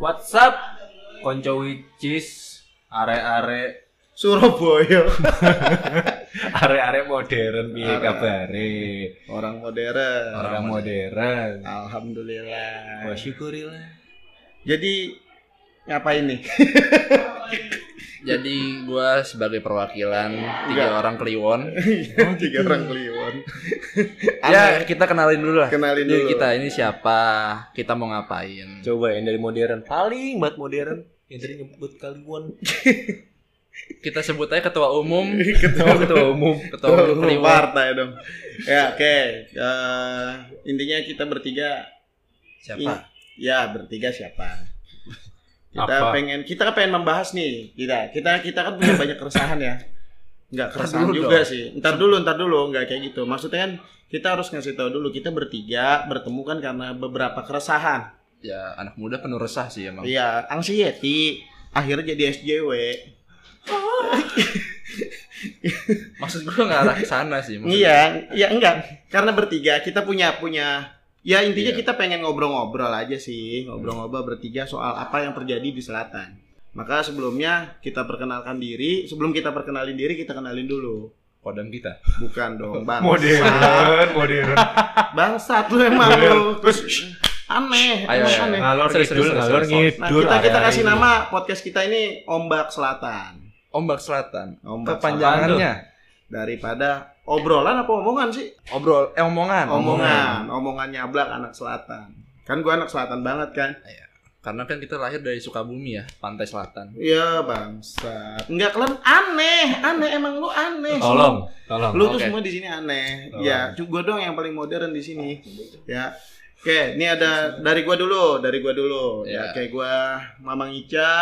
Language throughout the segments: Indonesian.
What's up? Konco Wicis, are-are Surabaya. are-are modern piye Arek-arek. kabare? Orang modern. Orang modern. Alhamdulillah. Wah, syukurilah. Jadi ngapain nih? Jadi gua sebagai perwakilan tiga orang Kliwon. Oh, Tiga gitu. orang Kliwon. ya kita kenalin dulu lah. Kenalin Jadi dulu. Iya, kita ini siapa? Kita mau ngapain? Coba yang dari modern paling banget modern yang tadi nyebut Kliwon. Kita sebut aja ketua umum, Ketua ketua umum. ketua Tuh, lu umum Kliwon. partai dong. Ya, oke. Eh, intinya kita bertiga Iya. Siapa? in- ya, bertiga siapa? Kita Apa? pengen kita kan pengen membahas nih. Kita kita kita kan punya banyak keresahan ya. Enggak keresahan dulu juga sih. Ntar dulu, ntar dulu, enggak kayak gitu. Maksudnya kan kita harus ngasih tahu dulu kita bertiga bertemu kan karena beberapa keresahan. Ya anak muda penuh resah sih emang. Iya, anxiety akhirnya jadi SJW. Maksud gua nggak arah ke sana sih. maksud Iya, iya enggak. Karena bertiga kita punya punya ya intinya Iya. kita pengen ngobrol-ngobrol aja sih, ngobrol-ngobrol bertiga soal apa yang terjadi di selatan. Maka sebelumnya kita perkenalkan diri, sebelum kita perkenalin diri kita kenalin dulu. Kodam kita. Bukan dong, Bang. Modern, modern. Bangsat lu emang lu. Terus aneh, Ayo, emang ayo. aneh. Iya, Ngalor Serius, ngidul, serius, ngalor serius. ngidul. Nah, kita kita are-are kasih ini. nama podcast kita ini Ombak Selatan. Ombak Selatan. Ombak Selatan Kepanjangannya daripada obrolan apa omongan sih? obrol, eh omongan. omongan omongan nyablak anak selatan kan gua anak selatan banget kan Karena kan kita lahir dari Sukabumi ya, pantai selatan. iya bangsat nggak kalian aneh aneh emang lu aneh Tolong, tolong. lu tuh Oke. semua di sini aneh Tolong. ya cu- gua doang yang paling modern di sini ya oke ini ada dari gua dulu dari gua dulu ya Ya. kayak gua mamang Ica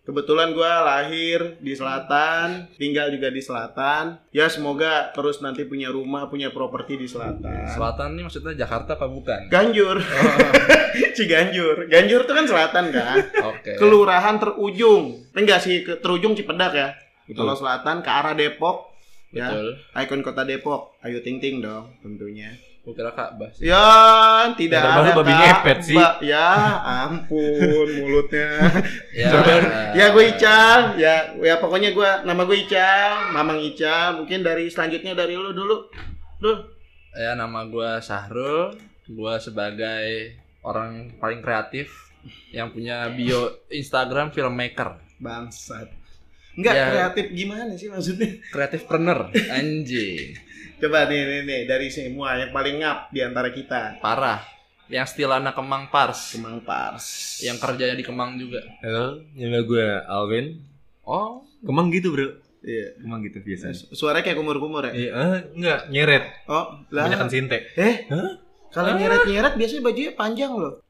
Kebetulan gua lahir di selatan, tinggal juga di selatan. Ya semoga terus nanti punya rumah, punya properti di selatan. Selatan ini maksudnya Jakarta apa bukan? Ganjur. Oh. Ciganjur. Ganjur tuh kan selatan kan. Iya. Oke. Kelurahan terujung. Enggak sih, ke- terujung Cipedak ya. Betul. Kalau selatan ke arah Depok. Ya, Betul. ikon kota Depok. Ayu Ting Ting dong tentunya. Gua kira Ka'bah sih. Ya, tidak Ada ada, baru babi Kak. ngepet sih. Mbak, ya, ampun mulutnya. Ya, ya gue Ical, ya ya pokoknya gue nama gue Ical, Mamang Ical. Mungkin dari selanjutnya dari lu dulu. Dul. Ya nama gue Sahrul, gue sebagai orang paling kreatif yang punya bio Instagram filmmaker, Bangsat. Enggak Ya. kreatif gimana sih maksudnya? kreatif planner, anjing, Coba nih, nih, nih, dari semua yang paling ngap di antara kita. parah. Yang stilana Kemang Pars, Kemang Pars. yang kerjanya di Kemang juga. Halo, nama gue Alvin. Oh, Kemang gitu, Bro. Iya. Kemang gitu biasa. Su- Suaranya kayak kumur-kumur ya? Iya, eh, enggak nyeret. Oh, Kebanyakan lah. sinte. Eh? Hah? Kalau nyeret-nyeret biasanya bajunya panjang loh.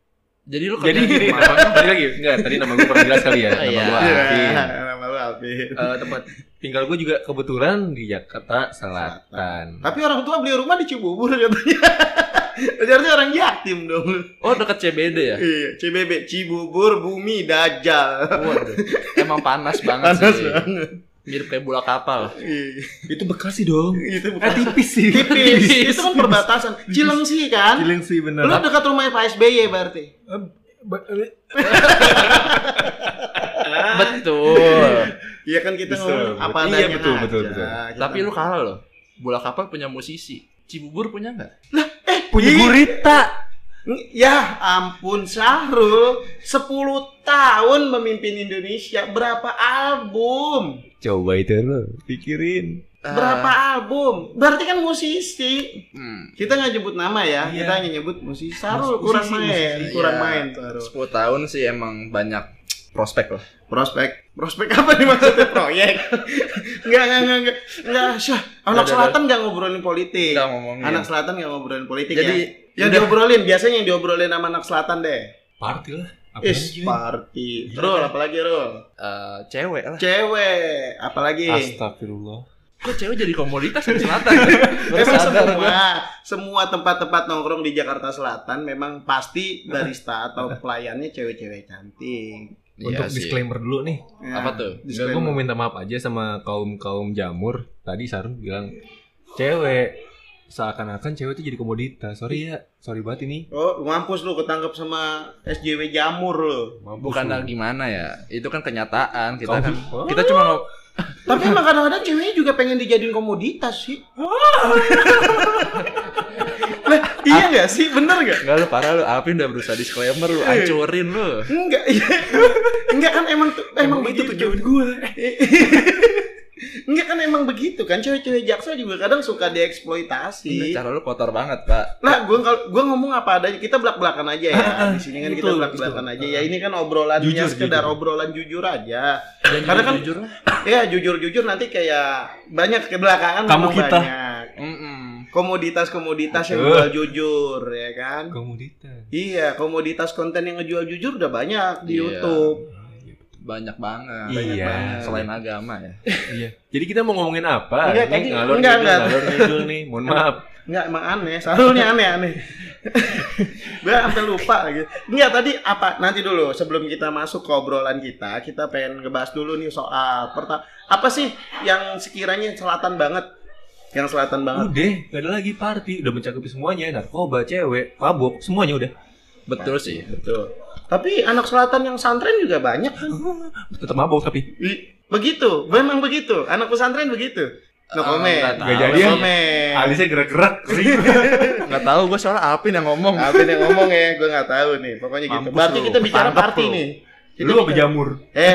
jadi lu Jadi kerja gini, di Kemang. tadi lagi, enggak, tadi nama gue pernah jelas kali ya. Nama Iya. gue Alvin. Iya, nama lu Alvin. Eh, tempat tinggal gue juga kebetulan di Jakarta Selatan. Tapi orang tua beli rumah di Cibubur katanya. Harusnya orang yatim dong. lu. Oh deket CBD ya? Iya, CBB, Cibubur Bumi Dajal. Waduh, emang panas banget Panas sih. banget. Mirip kayak bola kapal. Iya. Nah, Itu Bekasi dong. Itu Eh bukan tipis sih. tipis. Itu kan perbatasan. Cilengsi kan? sih bener. Lu dekat rumahnya Pak SBY berarti. Eh, ba- eh, Betul. Iya kan kita Bisa, ngomong betul. apa Iya, adanya betul, aja. betul, betul. Kita- Tapi lu kalah loh. Bola kapal punya musisi. Cibubur punya nggak? Punya Ih. gurita. ya ampun Syahrul 10 tahun memimpin Indonesia berapa album? Coba itu lo, pikirin. Eh. Berapa album? Berarti kan musisi. Hmm, Kita nggak nyebut nama ya, Iya. kita hanya nyebut musisi. Syahrul Musisi, kurang musisi, main, musisi. kurang Iya. main Syahrul. 10 tahun sih emang banyak prospek lah. Prospek, prospek apa nih maksudnya proyek? Enggak, enggak, enggak, enggak. Enggak, Syah. Anak Nggak, selatan nggak ngobrolin politik. Kita ngomongin. Iya. Anak selatan nggak ngobrolin politik Jadi, ya. Yang diobrolin biasanya yang diobrolin sama anak selatan deh. Party lah. Apaan Is sih? party. Gila, Rol kan? apalagi rol. eh, cewek lah. Cewek apalagi. Astagfirullah. Kok cewek jadi komoditas di selatan? ya? Baru Memang sadar semua gua. semua tempat-tempat nongkrong di Jakarta Selatan memang pasti barista atau pelayannya cewek-cewek cantik. Iya Untuk sih. disclaimer dulu nih. Ya, Apa tuh? Enggak, disclaimer. gue mau minta maaf aja sama kaum kaum jamur. Tadi Sarun bilang cewek. seakan-akan cewek itu jadi komoditas. Sorry ya, sorry banget ini. Oh, mampus lu ketangkep sama SJW jamur lu. Mampus Bukan lu. gimana ya. Itu kan kenyataan. Kita Kau- kan Wah. kita cuma ngo- Tapi emang kadang-kadang ceweknya juga pengen dijadiin komoditas sih. Oh. lah, iya gak sih? Bener gak? Enggak lu parah lu, Alvin udah berusaha disclaimer lu, ancurin lu. Enggak, iya. Enggak kan emang tu- emang begitu gue. Enggak kan emang begitu kan cewek-cewek jaksa juga kadang suka dieksploitasi. Cara lu kotor banget, Pak. Lah, gua kalau gua ngomong apa adanya, kita belak-belakan aja ya. Di sini kan kita betul, belak-belakan betul. aja. Ya ini kan obrolannya Jujur, sekedar jujur. obrolan jujur aja. Dan Karena kan- jujur lah. Ya jujur-jujur nanti kayak banyak kebelakangan Kamu memang kita. banyak. Mm-mm. komoditas-komoditas yang Aduh. jual jujur ya kan Komoditas. iya komoditas konten yang ngejual jujur udah banyak di Iya. YouTube Banyak banget. Banyak Iya. banget. Selain agama ya. Iya. Jadi kita mau ngomongin apa? Enggak, Ini tadi- ngalor enggak, ngidul, enggak. ngalor ngidul nih. Mohon maaf. nggak emang aneh Sahrulnya aneh aneh gue sampai lupa gitu nggak tadi apa nanti dulu sebelum kita masuk ke obrolan kita kita pengen ngebahas dulu nih soal pertama apa sih yang sekiranya selatan banget yang selatan banget Udah, gak ada lagi party. Udah mencakupi semuanya. Narkoba, cewek, mabuk, semuanya udah. Betul sih. betul tapi anak selatan yang santren juga banyak kan Tetap mabuk tapi. Ih, begitu memang begitu anak pesantren begitu no Ah, comment nggak tahu. No Jadi ya. comment. Alisnya gerak-gerak. Nggak tahu gue soalnya Alvin yang ngomong. Apa yang ngomong ya, gue nggak tahu nih. Pokoknya gitu. Mampus Berarti lu. kita bicara Tangkep party lu. nih. Kita Lu apa jamur? Eh,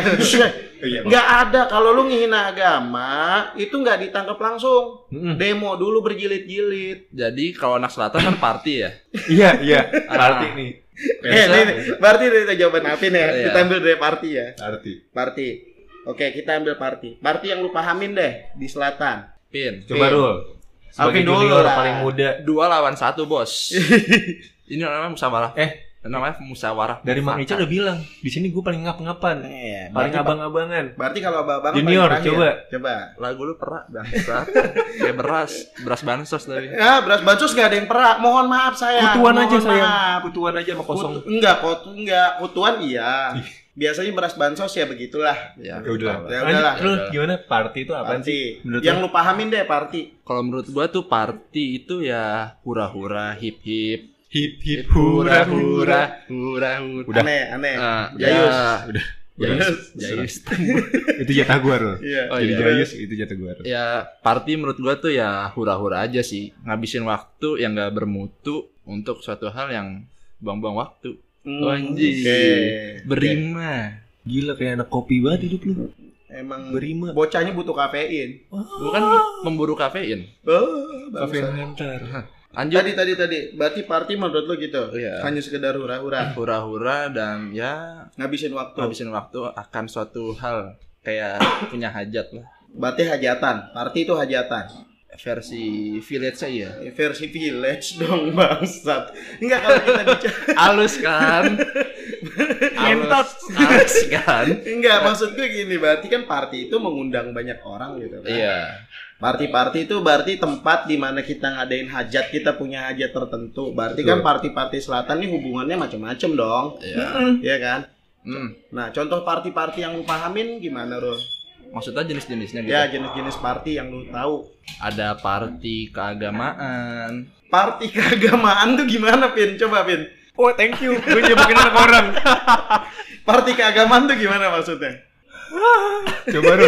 Iya, nggak ada. Kalau lu ngehina agama, itu nggak ditangkap langsung. Mm-mm. Demo dulu berjilid-jilid. Jadi kalau anak selatan kan party ya. Iya, iya. Party nih. Eh, ini, berarti dari jawaban Apin ya. Iya. Kita ambil dari party ya. Party. Party. Oke, kita ambil party. Party yang lu pahamin deh di selatan. Pin. Coba Oke. dulu. Sebagai Alvin dulu junior lah. paling muda. Dua lawan satu bos. Ini namanya musyawarah. Eh, Namanya musyawarah. dari Mang Ica mufakat. udah bilang, di sini gue paling ngap-ngapan. Paling Iya, berarti- abang-abangan. Berarti kalau abang-abang paling Junior, terakhir. coba. Coba. Lagu lu perak bangsat. Kayak beras, beras bansos tapi. Ya, beras bansos nggak ada yang perak. Mohon maaf saya. Kutuan Eh, Mohon aja sayang. maaf. Kutuan aja sama kosong. Kutu- enggak, kok enggak. Kutuan iya. Biasanya beras bansos ya begitulah. Ya, Ya udah. Ya udahlah. Lanjut, Lu gimana party itu apaan sih? Party. Menurut Yang lu pahamin deh party. Kalau menurut gua tuh party itu ya hura-hura, hip-hip, Hip hip hura hura. hura-hura. Udah. Aneh, aneh. Nah, Jayus. ya, Udah. Jayus, Udah. Jayus. itu jatah gua loh. Iya. Oh, Jadi iya. jayus itu jatah gua loh. ya party menurut gua tuh ya hura-hura aja sih ngabisin waktu yang gak bermutu untuk suatu hal yang buang-buang waktu Hmm, Anjing. oke. berima Gila kayak anak kopi banget hidup lu. Oke. Emang Berima. kan bocahnya butuh kafein. bukan kan Oh. memburu kafein Oh, Kafein bangsa. hunter. lanjut Tadi tadi tadi. Berarti party menurut lu gitu. Iya. Hanya sekedar hura-hura, hura-hura dan ya ngabisin waktu. ngabisin waktu akan suatu hal kayak punya hajat lah Berarti hajatan. Party itu hajatan. versi village ya. saya Eh, Versi village dong bangsat. Enggak kalau kita bicara halus kan Ngentot. halus kan Enggak, maksud gue gini, berarti kan party itu mengundang banyak orang gitu kan. iya Party-party itu berarti tempat di mana kita ngadain hajat, kita punya hajat tertentu. Berarti Betul. kan party-party selatan ini hubungannya macam-macam dong. iya Iya kan? Hmm, Nah, contoh party-party yang lu pahamin gimana, Rul? maksudnya jenis-jenisnya gitu Ya, jenis-jenis party yang lu tahu. ada party keagamaan Party keagamaan tuh gimana, Pin? Coba, Pin. Oh thank you. Gue nyebutin anak orang. Party keagamaan tuh gimana maksudnya? Coba lu.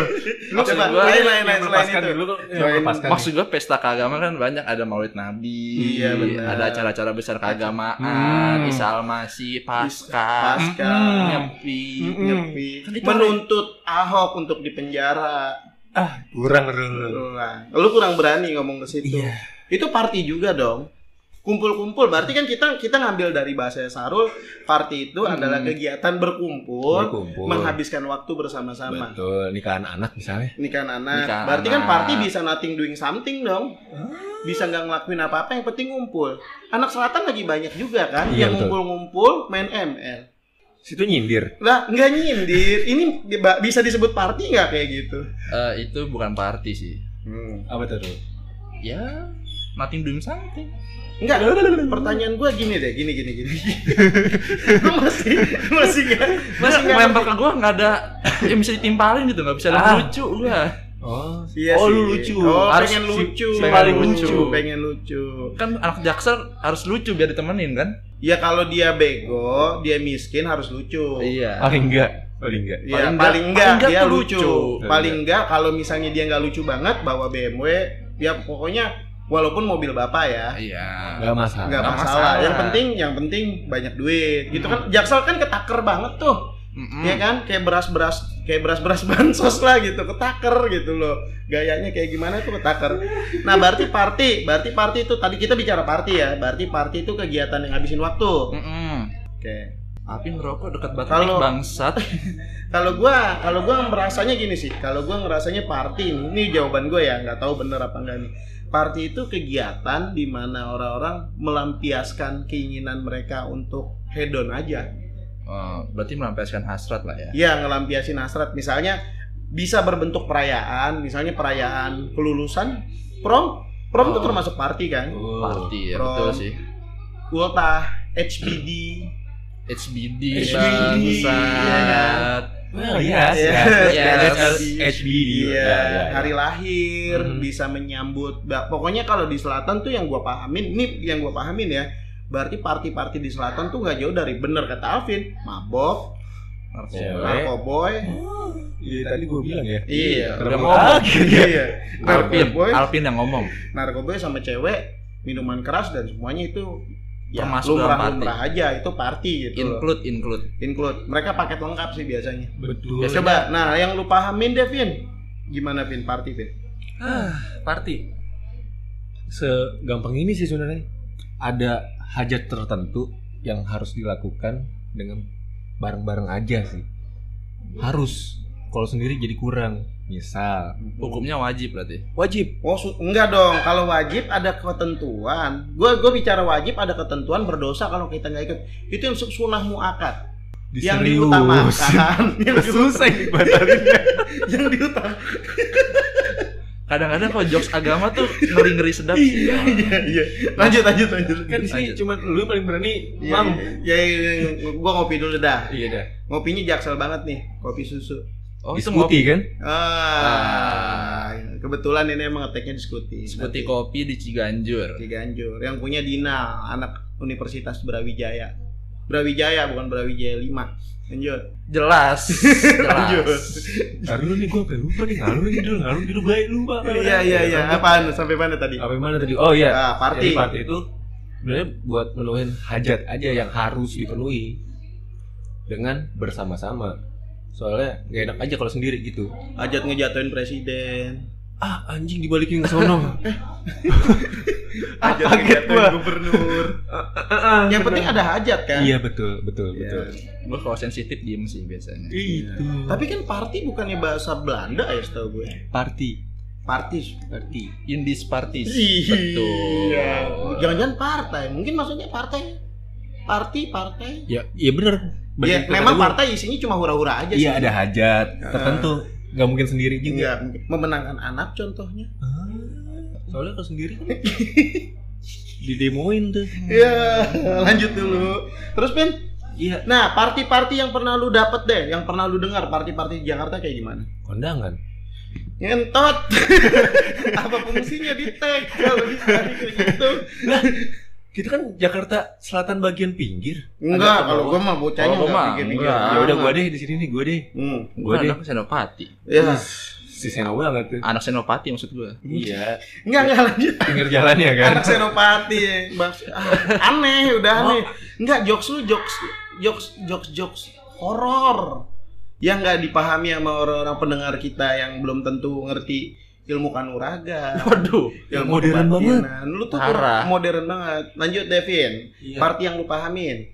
Lu Maksud coba gua, lain Yang lain lain selain melepaskan itu. dulu, yang Selain- melepaskan. Maksud gue pesta keagamaan kan banyak ada Maulid Nabi, Iya, benar. ada acara-acara besar keagamaan, Hmm. isalmasi, pasca, Pasca. Mm-mm. Hmm. nyepi. Mm-mm. Nyepi. Ah. Hmm. Kan itu Menuntut Ahok untuk dipenjara. Ah, kurang lu. Berulang. Lu kurang berani ngomong ke situ. Iya. Itu party juga dong. Kumpul-kumpul berarti kan kita kita ngambil dari bahasa Sarul, party itu adalah kegiatan berkumpul, Berkumpul. menghabiskan waktu bersama-sama. Betul, nikahan anak misalnya. Nikahan anak. Nikahan berarti kan anak. party bisa nothing doing something dong. Bisa nggak ngelakuin apa-apa yang penting ngumpul. Anak selatan lagi banyak juga kan Iya, yang betul. ngumpul-ngumpul main ML. Situ nyindir. Lah, nggak nyindir. Ini di- ba- bisa disebut party nggak kayak gitu? Eh, itu bukan party sih. Apa tuh? Rul? Ya, nothing doing something. Enggak. Pertanyaan gue gini deh, gini gini gini. gue masih masih nggak masih Masih nggak lempar ke gue nggak ada yang bisa ditimpalin ya, gitu, nggak bisa Ah. lucu gue. Oh, Iya Oh, sih. lu lucu. Oh, Harus pengen si- lucu. si pengen paling lucu. lucu. Pengen lucu. Kan anak jaksel harus lucu biar ditemenin kan? Ya kalau dia bego, dia miskin harus lucu. Iya. paling enggak, paling enggak. Ya, Paling paling, enggak, nggak- paling nggak Iya. dia tuh lucu. lucu. Paling enggak kalau misalnya dia enggak lucu banget bawa BMW, ya pokoknya walaupun mobil bapak ya, Iya. Enggak masalah. enggak nggak masalah. masalah. Yang penting yang penting banyak duit. Gitu kan Jaksel kan ketaker banget tuh. Mm-mm. Ya kan kayak beras-beras kayak beras-beras bansos lah gitu, ketaker gitu loh. Gayanya kayak gimana tuh ketaker. Nah, berarti party, berarti party itu tadi kita bicara party ya. Berarti party itu kegiatan yang ngabisin waktu. Mm-mm. Oke. Api ngerokok dekat banget Kalau- bangsat. kalau gua kalau gua merasanya gini sih kalau gua ngerasanya party ini, ini jawaban gue ya nggak tahu bener apa enggak nih party itu kegiatan di mana orang-orang melampiaskan keinginan mereka untuk hedon aja Oh, berarti melampiaskan hasrat lah ya. ya ngelampiasin hasrat misalnya bisa berbentuk perayaan misalnya perayaan kelulusan prom prom itu Oh. termasuk party kan Oh. Party ya, Prom. betul sih. ultah HBD HBD, HBD, bangsat. Well, yes, yes. kan? Yes. HBD. Iya, Ya, ya, ya. hari lahir Mhm. bisa menyambut. Ba- Pokoknya kalau di selatan tuh yang gua pahamin, ini yang gua pahamin ya. Berarti party-party di selatan tuh nggak jauh dari bener kata Alvin, mabok, Cewek. narkoboy, Iya, tadi gue bilang ya. iya, Udah narko- ngomong. iya, Alpin, narkoboy, Alpin yang ngomong. narkoboy sama cewek, minuman keras dan semuanya itu ya Termasuk dalam party. lumrah-lumrah aja itu party gitu. loh. Include, include. Include. Mereka paket lengkap sih biasanya. Betul. Biasanya- Coba, nah yang lu pahamin deh, Vin. Gimana Vin party, Vin? Ah, party. Segampang ini sih sebenarnya. Ada hajat tertentu yang harus dilakukan dengan bareng-bareng aja sih. Harus. Kalau sendiri jadi kurang. Misal, Hukumnya wajib berarti. wajib. Oh, su- enggak dong. Kalau wajib ada ketentuan. Gue gue bicara wajib ada ketentuan berdosa kalau kita nggak ikut. Itu yang su- sunnah muakat yang Diserius. diutamakan. yang, di- Susah dibatalinnya. yang diutamakan. Kadang-kadang kalau jokes agama tuh ngeri-ngeri sedap. Iya. Iya, iya. Lanjut lanjut lanjut. Kan di sini Lanjut. cuma lu yang paling berani, Iya, Mam. iya, iya, iya. Gue ngopi dulu dah. Iya dah. Ngopinya jaksel banget nih, kopi susu. Oh, itu ngopi. Diskuti kan? Ah, kebetulan ini emang ngeteknya diskuti. Seperti kopi di Ciganjur. di Ganjur. Yang punya Dina, anak Universitas Brawijaya. Brawijaya bukan Brawijaya 5. Lanjut. Jelas, Lanjut. jelas. Aduh nih gue pengen lupa nih ngalur nih dulu ngalur dulu baik lupa. Iya iya iya. Apaan? Sampai mana tadi? Apa yang mana tadi? Oh iya. Ah, Jadi party. party itu sebenarnya buat menuhin hajat aja yang harus dipenuhi dengan bersama-sama. Soalnya gak enak aja kalau sendiri gitu. Ajat ngejatuhin presiden. Ah anjing dibalikin ke sono. Ajat Ah, Kaget gua. Ah, ngejatuhin gubernur. Yang penting ada hajat kan. Iya betul betul Iya. betul. Gue kalau sensitif diem sih biasanya. Iya. Itu. Tapi kan party bukannya bahasa Belanda ya setahu gue. party Party. party. In this parties. Iya. Betul. Iya. Jangan-jangan partai. Mungkin maksudnya partai. Party, partai. Ya iya bener. Ya, Bener, kata memang gua. partai isinya cuma hura-hura aja sih. Iya ada hajat tertentu. Gak mungkin sendiri juga. Iya, memenangkan anak contohnya. Ah, Soalnya kalau sendiri kan didemoin tuh. Iya, lanjut dulu. Terus Pin, Iya nah party-party yang pernah lu dapet deh, yang pernah lu dengar party-party di Jakarta kayak gimana? kondangan. Ngentot. Apa fungsinya di tag kalau di tag kayak gitu? Kita kan Jakarta Selatan bagian pinggir. Enggak, Ada kalau apa? gua mah bocahnya Kalau gua enggak mah pikir-pikir. enggak. ya udah Ah. gua deh di sini nih, gua deh. Hmm. Gua Gue deh. anak senopati. Ya. Si Sena banget tuh. Anak senopati maksud gue. Iya, Enggak enggak lanjut. pinggir jalan ya kan. Anak senopati. Bang. Ah, Aneh, Oh. udah aneh. Enggak jokes lu jokes jokes jokes jokes horor. Yang enggak dipahami sama orang-orang pendengar kita yang belum tentu ngerti ilmu kanuragan. Waduh. Yang Iya, modern kebatinan. Lu tuh Parah. kurang modern banget. Lanjut Devin, Iya. party yang lu pahamin.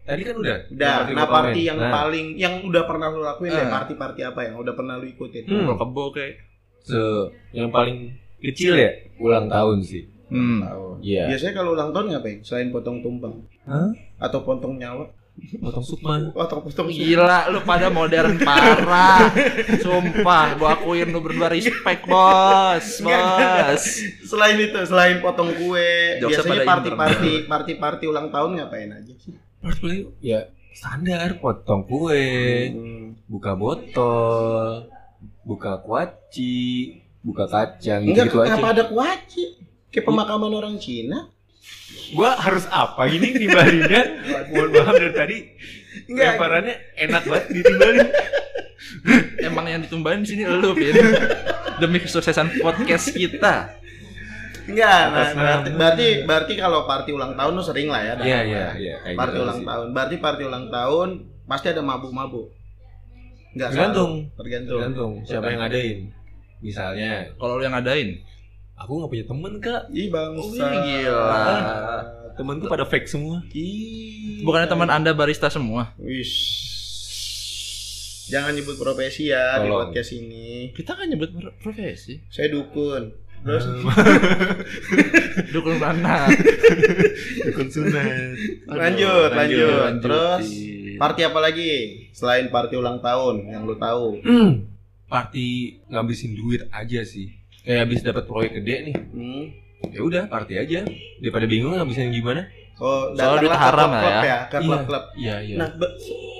Tadi kan udah. Udah, Yang gua nah komen. party yang Nah, Ah. paling yang udah pernah lu lakuin deh, Eh. party-party apa yang udah pernah lu ikutin? Hmm. Ngobrol kebo kayak. se- yang paling kecil ya ulang tahun sih. Hmm. Iya. Biasanya kalau ulang tahun ngapain? Selain potong tumpeng Hah? atau potong nyawa Potong sukma. atau potong Iya. susu. Gila, lu pada modern parah. Sumpah, gua akuin lu berdua respect, bos. Bos. Selain itu, selain potong kue, Jokesnya biasanya pada party-party party-party ulang tahun ngapain aja sih? Party paling ya standar potong kue, Hmm. buka botol, buka kuaci, buka kacang Enggak, gitu, aja. kenapa ada kuaci? Kayak pemakaman orang Cina? Gua harus apa gini timbalinnya? Mohon maaf dari tadi Enggak. lemparannya enak banget ditimbalin. Emang yang ditumbalin di sini lu, Pin. Demi kesuksesan podcast kita. Enggak, nah, Atas berarti, nama. berarti berarti kalau party ulang tahun lu sering lah ya. Iya datang iya lah. iya. kayak Party gitu ulang sih. tahun. Berarti party ulang tahun pasti ada mabuk-mabuk. Enggak selalu. Tergantung, Tergantung. tergantung siapa yang ngadain. Misalnya, Kalau lu yang ngadain. aku nggak punya temen kak. Ih bangsa. Oh, iya, Wih, gila. Temenku pada fake semua. Ih. Bukannya teman Anda barista semua. Wis. Jangan nyebut profesi ya di Tolong. podcast ini. Kita kan nyebut pro- profesi. Saya dukun. Terus Dukung anak. Dukun sunat. lanjut, lanjut, lanjut. Iya. Terus Di- party apa lagi? Selain party ulang tahun yang lu tahu. Hmm. Party ngabisin duit aja sih. Kayak habis dapat proyek gede nih. Hmm. Ya udah, party aja. Daripada bingung ngabisin yang gimana? Oh, Soalnya duit datanglah ke haram lah klub-klub ya. ya, ke Iya. klub-klub. Iya, iya. Nah, be-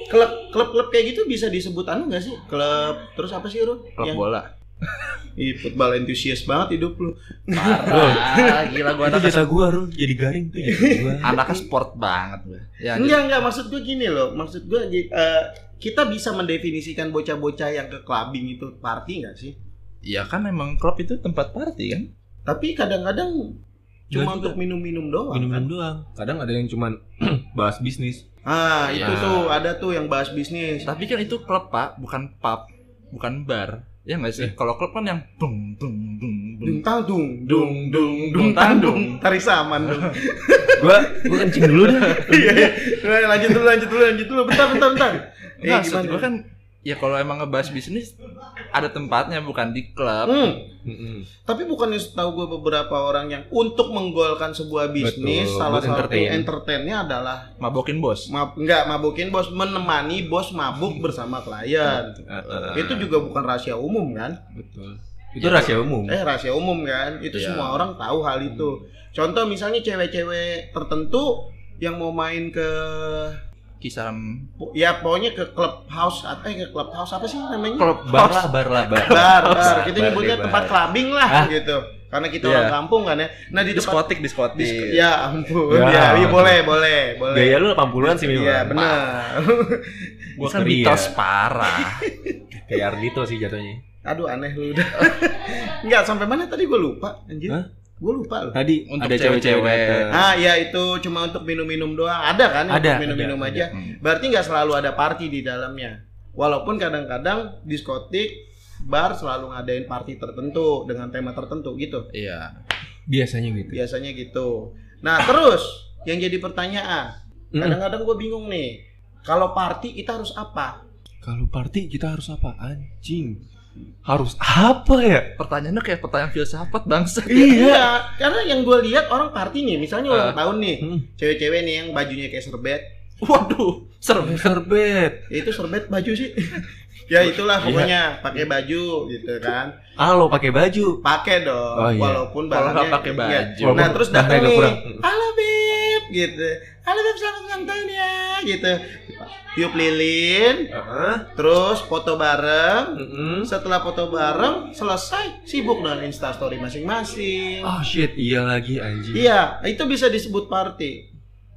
klub klub klub kayak gitu bisa disebut anu nggak sih? Klub terus apa sih Run? Klub Yang- bola. Ih, football entusias banget hidup lu. Parah. Gila gua gitu. itu anak jasa gua, Rul. Jadi garing tuh jasa gua. anaknya sport banget gua. Ya, jadi- Enggak, enggak maksud gue gini loh. Maksud gue eh, kita bisa mendefinisikan bocah-bocah yang ke clubbing itu party nggak sih? ya kan emang klub itu tempat party kan. Tapi kadang-kadang cuma Nggak untuk juga. minum-minum doang. minum-minum kan? doang. Kadang ada yang cuman bahas bisnis. Ah, Ya. itu tuh ada tuh yang bahas bisnis. Tapi kan itu klub pak, bukan pub, bukan bar. Ya nggak sih? Kalau klub kan yang dung dung dung dung. Dung tang dung dung dung dung tang dung tari saman dung. gua gua kencing dulu dah. Iya, iya. lanjut dulu lanjut dulu lanjut dulu bentar bentar bentar. Eh, gitu Nggak, maksud gimana? gua kan ya kalau emang ngebahas bisnis ada tempatnya bukan di klub. Hmm, Mm-mm. tapi bukannya setahu gue beberapa orang yang untuk menggolkan sebuah bisnis Betul, buat salah satu entertain. entertainnya adalah Mabokin bos. mab nggak mabukin bos menemani bos Hmm. mabuk bersama klien. Ah, ah, ah. Itu juga bukan rahasia umum kan? betul. Itu rahasia umum. Eh rahasia umum kan? Itu Iya. semua orang tahu hal itu. Hmm. Contoh misalnya cewek-cewek tertentu yang mau main ke Kisaran ya pokoknya ke clubhouse atau eh ke clubhouse apa sih namanya? Klub bar lah, bar lah, bar. bar, bar. Kita Bar, nyebutnya bar. tempat clubbing lah Hah? gitu. Karena kita Iya. orang kampung kan ya. Nah di tempat diskotik diskotik. disk- ya Ya. ampun Iya, ya, iya, boleh boleh boleh. Gaya lu 80-an sih memang. Iya benar. Gua Bisa kan ria. Beatles parah. ya. Kayak Ardito sih jatuhnya. Aduh aneh lu udah. Enggak sampai mana tadi gue lupa anjir. Hah? Gue lupa loh. Tadi Untuk ada cewek-cewek. cewek-cewek. datang. Ah ya itu cuma untuk minum-minum doang. Ada kan yang Ada, untuk minum-minum ada, aja. Hmm. Berarti nggak selalu ada party di dalamnya. Walaupun kadang-kadang diskotik bar selalu ngadain party tertentu dengan tema tertentu gitu. Iya. Biasanya gitu. Biasanya gitu. Nah, terus yang jadi pertanyaan, Mm-mm. kadang-kadang gue bingung nih. Kalau party kita harus apa? Kalau party kita harus apa? Anjing. Harus apa ya? Pertanyaannya kayak pertanyaan filsafat bangsa. Iya, karena yang gue lihat orang party nih, misalnya ulang Ah. tahun nih, Hmm. cewek-cewek nih yang bajunya kayak serbet, Waduh, serem. Serbet, Ya, itu serbet baju sih ya itulah pokoknya pakai baju gitu kan alo pakai baju. pakai dong Oh, iya. walaupun Kalau barangnya nggak pakai iya. baju. nah terus datang Bahannya nih kurang. halo beb gitu halo beb selamat ulang tahun ya gitu tiup lilin Heeh. terus foto bareng Mm-mm. setelah foto bareng selesai sibuk dengan instastory masing-masing Oh Ah. shit, iya lagi anjing. iya itu bisa disebut party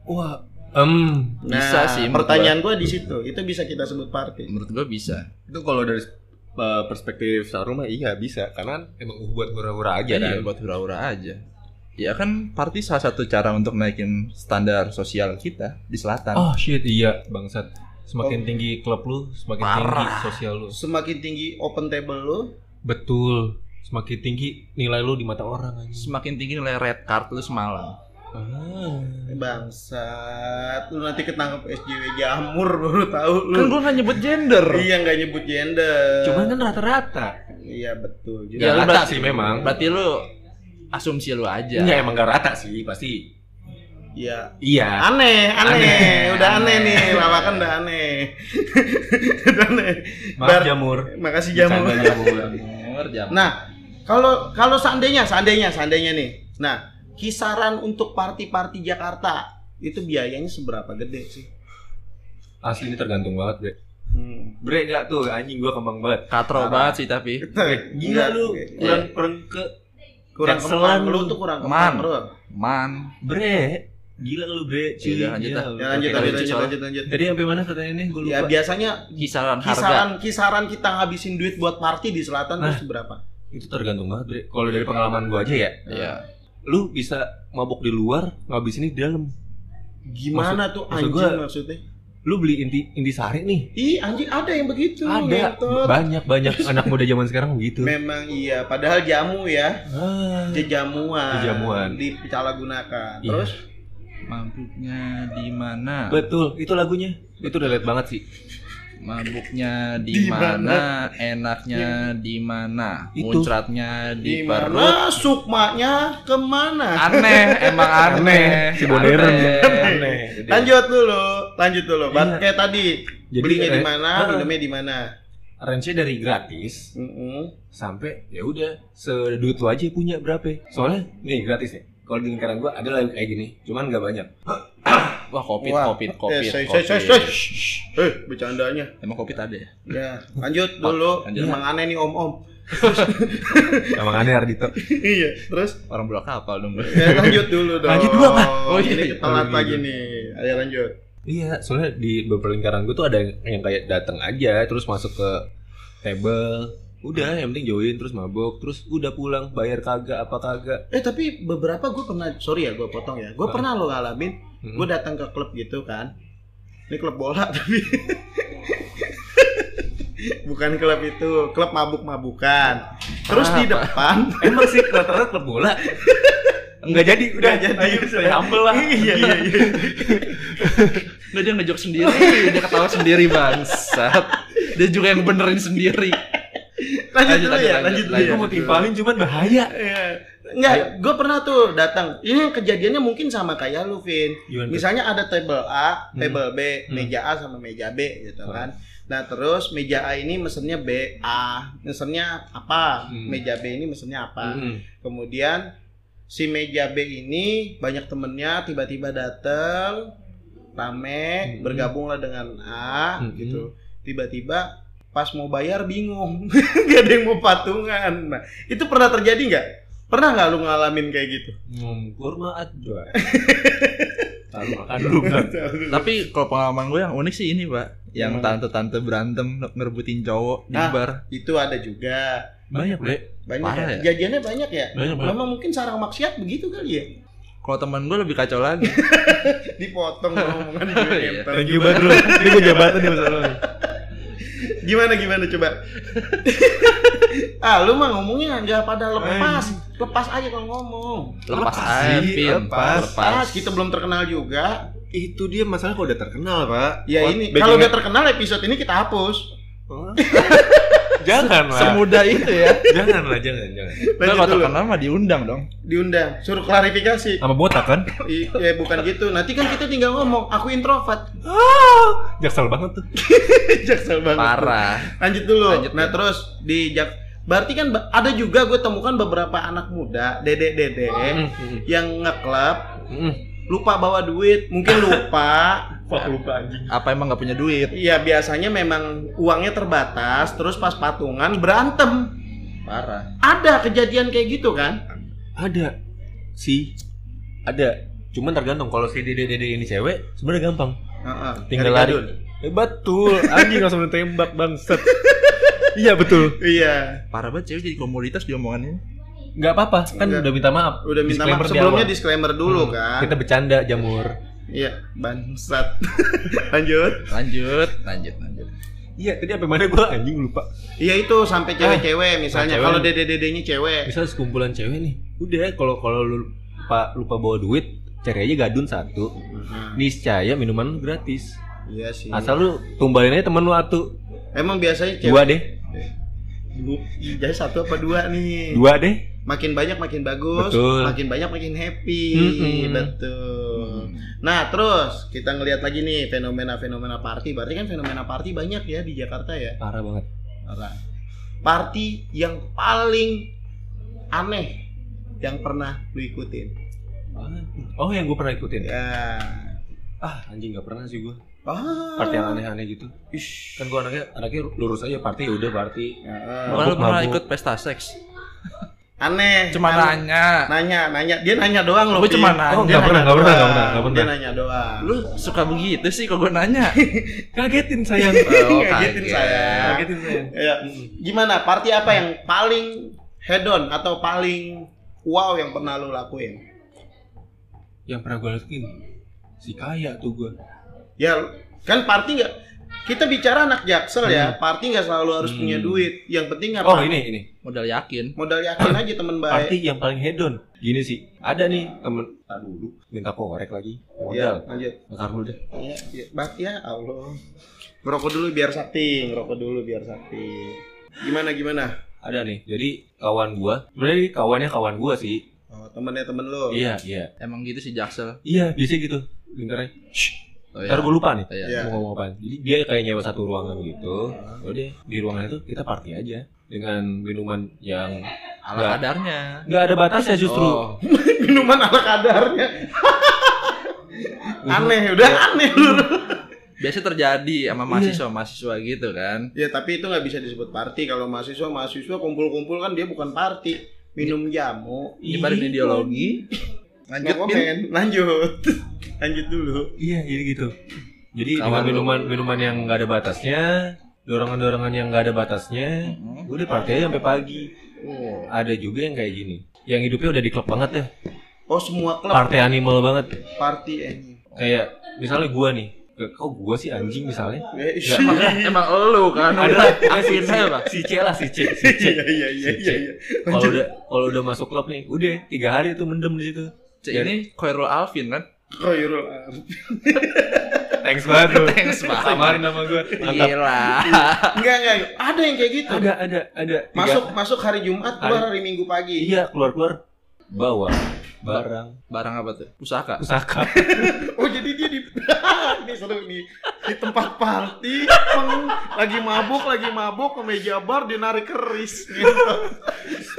Wah, em nah Bisa sih, menurut pertanyaan gue di situ itu bisa kita sebut party Menurut gua bisa. itu kalau dari eh, perspektif Saruma iya bisa karena emang buat hura-hura aja kan. Iya, buat hura-hura aja. Ya kan party salah satu cara untuk naikin standar sosial kita di selatan. Oh shit, iya bangsat. Semakin Oh. tinggi klub lu, semakin Parah. tinggi sosial lu. semakin tinggi open table lu Betul. Semakin tinggi nilai lu di mata orang anjing. Semakin tinggi nilai red card lu semalam. Ah. Bangsat, lu nanti ketangkep SJW jamur baru tahu lu. Kan gua nggak nyebut gender. Iya nggak nyebut gender. Cuman kan rata-rata. iya betul Ya, juga. rata berarti- sih memang. Berarti lu asumsi lu aja. Enggak emang gak rata sih, pasti. Iya. Iya. Aneh, aneh, Aneh, udah aneh, aneh. nih, lawakan udah aneh. udah aneh. Maaf Bar- jamur. Makasih jamur. Bercanda, ya, jamur. Jamur, jamur. Nah, kalau kalau seandainya, seandainya, seandainya nih. Nah, kisaran untuk party-party Jakarta itu biayanya seberapa gede sih? Asli ini tergantung banget, Bre. Hmm. Bre gak tuh anjing gua kembang banget. Katro Parah. banget sih tapi. Gila lu Iya. kurang kurang ke kurang Jackselan kembang lu. lu tuh kurang Man. kembang bro. Man. bre. Gila lu bre. Cuy, Iya, lanjut gila lah. lu. Oke, Ya lanjut lanjut lanjut. lanjut soal. lanjut lanjut. Tadi sampai mana pertanyaannya? Gua lupa. Ya biasanya Kisaran harga. kisaran kisaran kita ngabisin duit buat party di selatan Nah. itu berapa? itu tergantung banget, Bre. Kalau dari pengalaman gua aja ya, Iya. lu bisa mabok di luar, ngabisin di dalam. Gimana tuh maksud anjing gua- maksudnya? Lu beli inti intisari nih. Ih, anjing ada yang begitu. Ada ngentot. banyak banyak anak muda zaman sekarang begitu. Memang iya, padahal jamu ya, Ah. jejamuan. Jejamuan. Disalahgunakan. Iya. Terus Mabuknya di mana? Betul, itu lagunya. Itu relate banget sih. Mabuknya Di di mana? mana? Enaknya di mana? Itu. Muncratnya di Ah, perut. Dimana sukmanya kemana? Aneh, emang aneh. Si modern. Aneh. Lanjut dulu, lanjut dulu. Bat- Iya. Kayak tadi, Jadi belinya di eh, mana, ah. minumnya di mana. range dari gratis Mm-mm. sampai ya udah seduit lu aja punya berapa. Soalnya nih gratis ya. Kalau di lingkaran gua ada lagu kayak gini, cuman nggak banyak. Wah, covid, Wah. covid, covid. Eh, say, say, covid. say, say. Eh, bercandanya. Emang covid ada ya? Ya, lanjut dulu. Lanjut. Emang aneh nih om-om. Emang aneh Ardito. iya, terus Orang blok kapal dong. Bro. ya, lanjut dulu dong. Lanjut dulu apa? Oh, Oh, iya. iya. Ini telat Aduh, lagi gitu. nih. Ayo lanjut. Iya, soalnya di beberapa lingkaran gue tuh ada yang- yang kayak datang aja, terus masuk ke table, udah yang penting join, terus mabok, terus udah pulang, bayar kagak, apa kagak. Eh tapi beberapa gue pernah, sorry ya gue potong ya, gue Ah. pernah lo ngalamin, Hmm. gue datang ke klub gitu kan, ini klub bola tapi bukan klub itu, klub mabuk-mabukan. Terus di Apa? depan, emang sih rata-rata klub bola. Enggak jadi, udah Nggak jadi, Ayo, stay humble lah. gitu. iya iya iya. Nggak, dia ngejok sendiri, dia ketawa sendiri bangsat. Dia juga yang benerin sendiri. Lanjut Lanjut, dulu lanjut, ya, lanjut, lanjut dulu ya. lanjut. Gue mau timpalin cuman bahaya. Iya. Enggak, gue pernah tuh datang. Ini kejadiannya mungkin sama kayak lu, Vin. Gimana? Misalnya ada table A, Hmm. table B, Hmm. meja A sama meja B gitu kan. Nah terus meja A ini mesennya B, A, mesennya apa? Hmm. Meja B ini mesennya apa? Mm. Kemudian si meja B ini banyak temennya tiba-tiba dateng rame Hmm. bergabunglah dengan A Hmm. gitu. Tiba-tiba pas mau bayar bingung gak ada yang mau patungan. Nah itu pernah terjadi nggak? Pernah nggak lu ngalamin kayak gitu? Ngomkur maat doa. Taruh makan dulu kan. Tapi kalau pengalaman gue yang unik sih ini, Pak. Yang Gimana? tante-tante berantem ngerebutin cowok di Ah. bar. Itu ada juga. Banyak bre. Banyak Parah ya? ya? Jajannya banyak ya? Banyak banget. Memang mungkin sarang maksiat begitu kali ya? Kalau teman gue lebih kacau lagi. Dipotong omongan gue Iya. nempel. Thank you banget bro. Ini gue jabatan nih masalah. Gimana gimana coba? ah lu mah ngomongnya nggak pada lepas Lepas aja kalau ngomong Lepas, Lepas aja, sih, Pin. lepas. Pas kita belum terkenal juga Itu dia masalah kalau udah terkenal pak. Ya What- ini, backing- kalau udah terkenal episode ini kita hapus jangan lah. Semudah itu ya. jangan lah, jangan, jangan. Nggak, Lanjut Kalau dulu, terkenal mah diundang dong. diundang Suruh klarifikasi Sama botak kan? I- Ya bukan gitu, nanti kan kita tinggal ngomong Aku introvert Ah, Jaksel banget tuh. Jaksel banget Parah. lanjut dulu. Lanjut nah dulu. terus di Jak berarti kan ba- ada juga gue temukan beberapa anak muda dede-dede Hmm. Mm, yang ngeklub lupa bawa duit mungkin lupa Fuck lupa anjing. Apa emang nggak punya duit? ya biasanya memang uangnya terbatas terus pas patungan berantem Parah. ada kejadian kayak gitu kan Ada sih. Ada. Cuman tergantung kalau si dede dede ini cewek sebenarnya gampang. Heeh. Tinggal Nyari lari. gadun. Eh, betul. Anjing langsung ditembak bangset. iya betul. iya Parah banget cewek jadi komoditas diomongannya. Nggak apa-apa. Kan Nggak. udah minta maaf. udah minta maaf Disclaimer di sebelumnya awal. disclaimer dulu Hmm, kan Kita bercanda jamur. iya bangsat lanjut Lanjut, lanjut, lanjut. Iya, tadi apa mana gua anjing lupa. iya itu sampai cewek-cewek Ah, misalnya cewek. kalau dede-dedenya cewek Misal sekumpulan cewek nih. Udah kalau kalau lu lupa, lupa bawa duit, cari aja gadun satu. Heeh. Niscaya minuman lu gratis. Nah, iya sih Asal lu tumbalin aja temen lu atu. emang biasanya cewek Dua deh. Bu- Jadi satu apa dua nih? Dua deh. Makin banyak makin bagus, Betul. makin banyak makin happy. Mm-mm. Eh, Betul. Nah, terus kita ngelihat lagi nih fenomena-fenomena party. Berarti kan fenomena party banyak ya di Jakarta ya. Parah banget. Orang. Party yang paling aneh yang pernah lu ikutin. Oh, yang gue pernah ikutin. Ya. ah anjing nggak pernah sih gue Ah. party yang aneh-aneh gitu Ish. kan gue anaknya anaknya lurus aja party ya udah party Heeh. Bukan lu pernah Mabuk-mabuk. ikut pesta seks? Aneh. Cuma Aneh. nanya. nanya nanya dia nanya doang loh Gue Pi. cuma nanya. Oh, nggak pernah, nggak pernah, nggak pernah, nggak dia pernah. nanya doang Lu suka begitu sih kalau gue nanya. kagetin sayang Oh, Ngagetin saya. kagetin sayang ya. gimana party apa yang paling hedon atau paling wow yang pernah lu lakuin yang pernah gue lakuin si kaya tuh gue ya kan party nggak kita bicara anak jaksel ya Hmm. party nggak selalu harus Hmm. punya duit yang penting apa oh ini ini Modal yakin. modal yakin aja temen baik party yang paling hedon gini sih ada nih temen tak dulu minta korek lagi ya modal lanjut bakar dulu deh ya, ya, Bak- ya Allah ngerokok dulu biar sakti ngerokok dulu biar sakti gimana gimana ada nih jadi kawan gue sebenarnya ini kawannya kawan gue sih oh, temennya temen lu iya iya Emang gitu sih Jaksel. iya biasanya gitu lingkaran Oh, ntar gue lupa nih Iya. Iya. mau ngomong apa jadi dia kayak nyewa satu ruangan gitu udah di ruangan itu kita party aja dengan minuman yang Ala Nggak. kadarnya. nggak ada batasnya justru Oh. minuman ala kadarnya Iya. aneh udah aneh lu Biasa terjadi sama mahasiswa-mahasiswa gitu kan. ya tapi itu nggak bisa disebut party kalau mahasiswa mahasiswa kumpul-kumpul kan dia bukan party minum jamu Nyebarin ideologi. lanjut komen lanjut lanjut dulu Iya, jadi gitu. Jadi Kawan dengan lu. minuman minuman yang nggak ada batasnya, dorongan-dorongan yang nggak ada batasnya, Mm-mm. gue udah party aja sampai pagi. oh, Ada juga yang kayak gini, yang hidupnya udah di klub banget ya, oh semua klub party animal banget. party eh. anjing Kayak misalnya gue nih, Ke- kok gue sih anjing misalnya? Eh, Nggak, iya, Emang elu kan. Udah akuin aja, Pak. Si C lah, si C, si C. iya iya iya iya iya. Kalau udah kalau udah masuk klub nih, udah tiga hari tuh mendem di situ. Cek ini Khairul Alvin kan. Khairul Am. Thanks banget tuh. Thanks banget. Samarin nama gue. Iya. Mantap. Gila. enggak enggak ada yang kayak gitu Ada ada ada. Tiga- masuk masuk hari Jumat keluar hari Minggu pagi Iya keluar keluar bawa barang Barang apa tuh? Pusaka. pusaka Oh jadi dia di ini seru nih di tempat party peng- lagi mabuk lagi mabuk ke meja bar dia narik keris.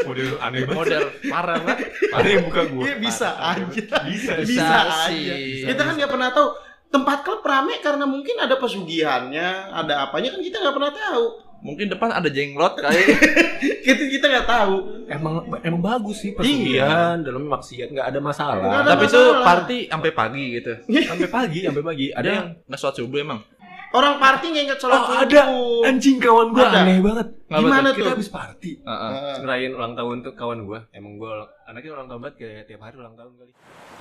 model aneh Iya, Model parah banget. aneh buka gua Dia Iya, bisa aja. bisa Bisa, sih. aja. sih. Kita kan nggak pernah tahu tempat klub rame karena mungkin ada pesugihannya, ada apanya kan kita nggak pernah tahu. Mungkin depan ada jenglot kali. Kita kita nggak tahu. emang emang bagus sih persugihan Iya, dalam maksiat nggak ada masalah Nggak Iya. ada Tapi itu masalah. party sampai pagi gitu. sampai pagi sampai pagi ada Iya. yang nggak sholat subuh emang? Orang party nggak ingat sholat Oh, subuh. ada. anjing kawan gua Ada. aneh banget Apa Gimana kita tuh? habis party Heeh. Ah. ngerayain ulang tahun tuh kawan gua emang gua ulang- anaknya ulang tahun banget kayak tiap hari ulang tahun kali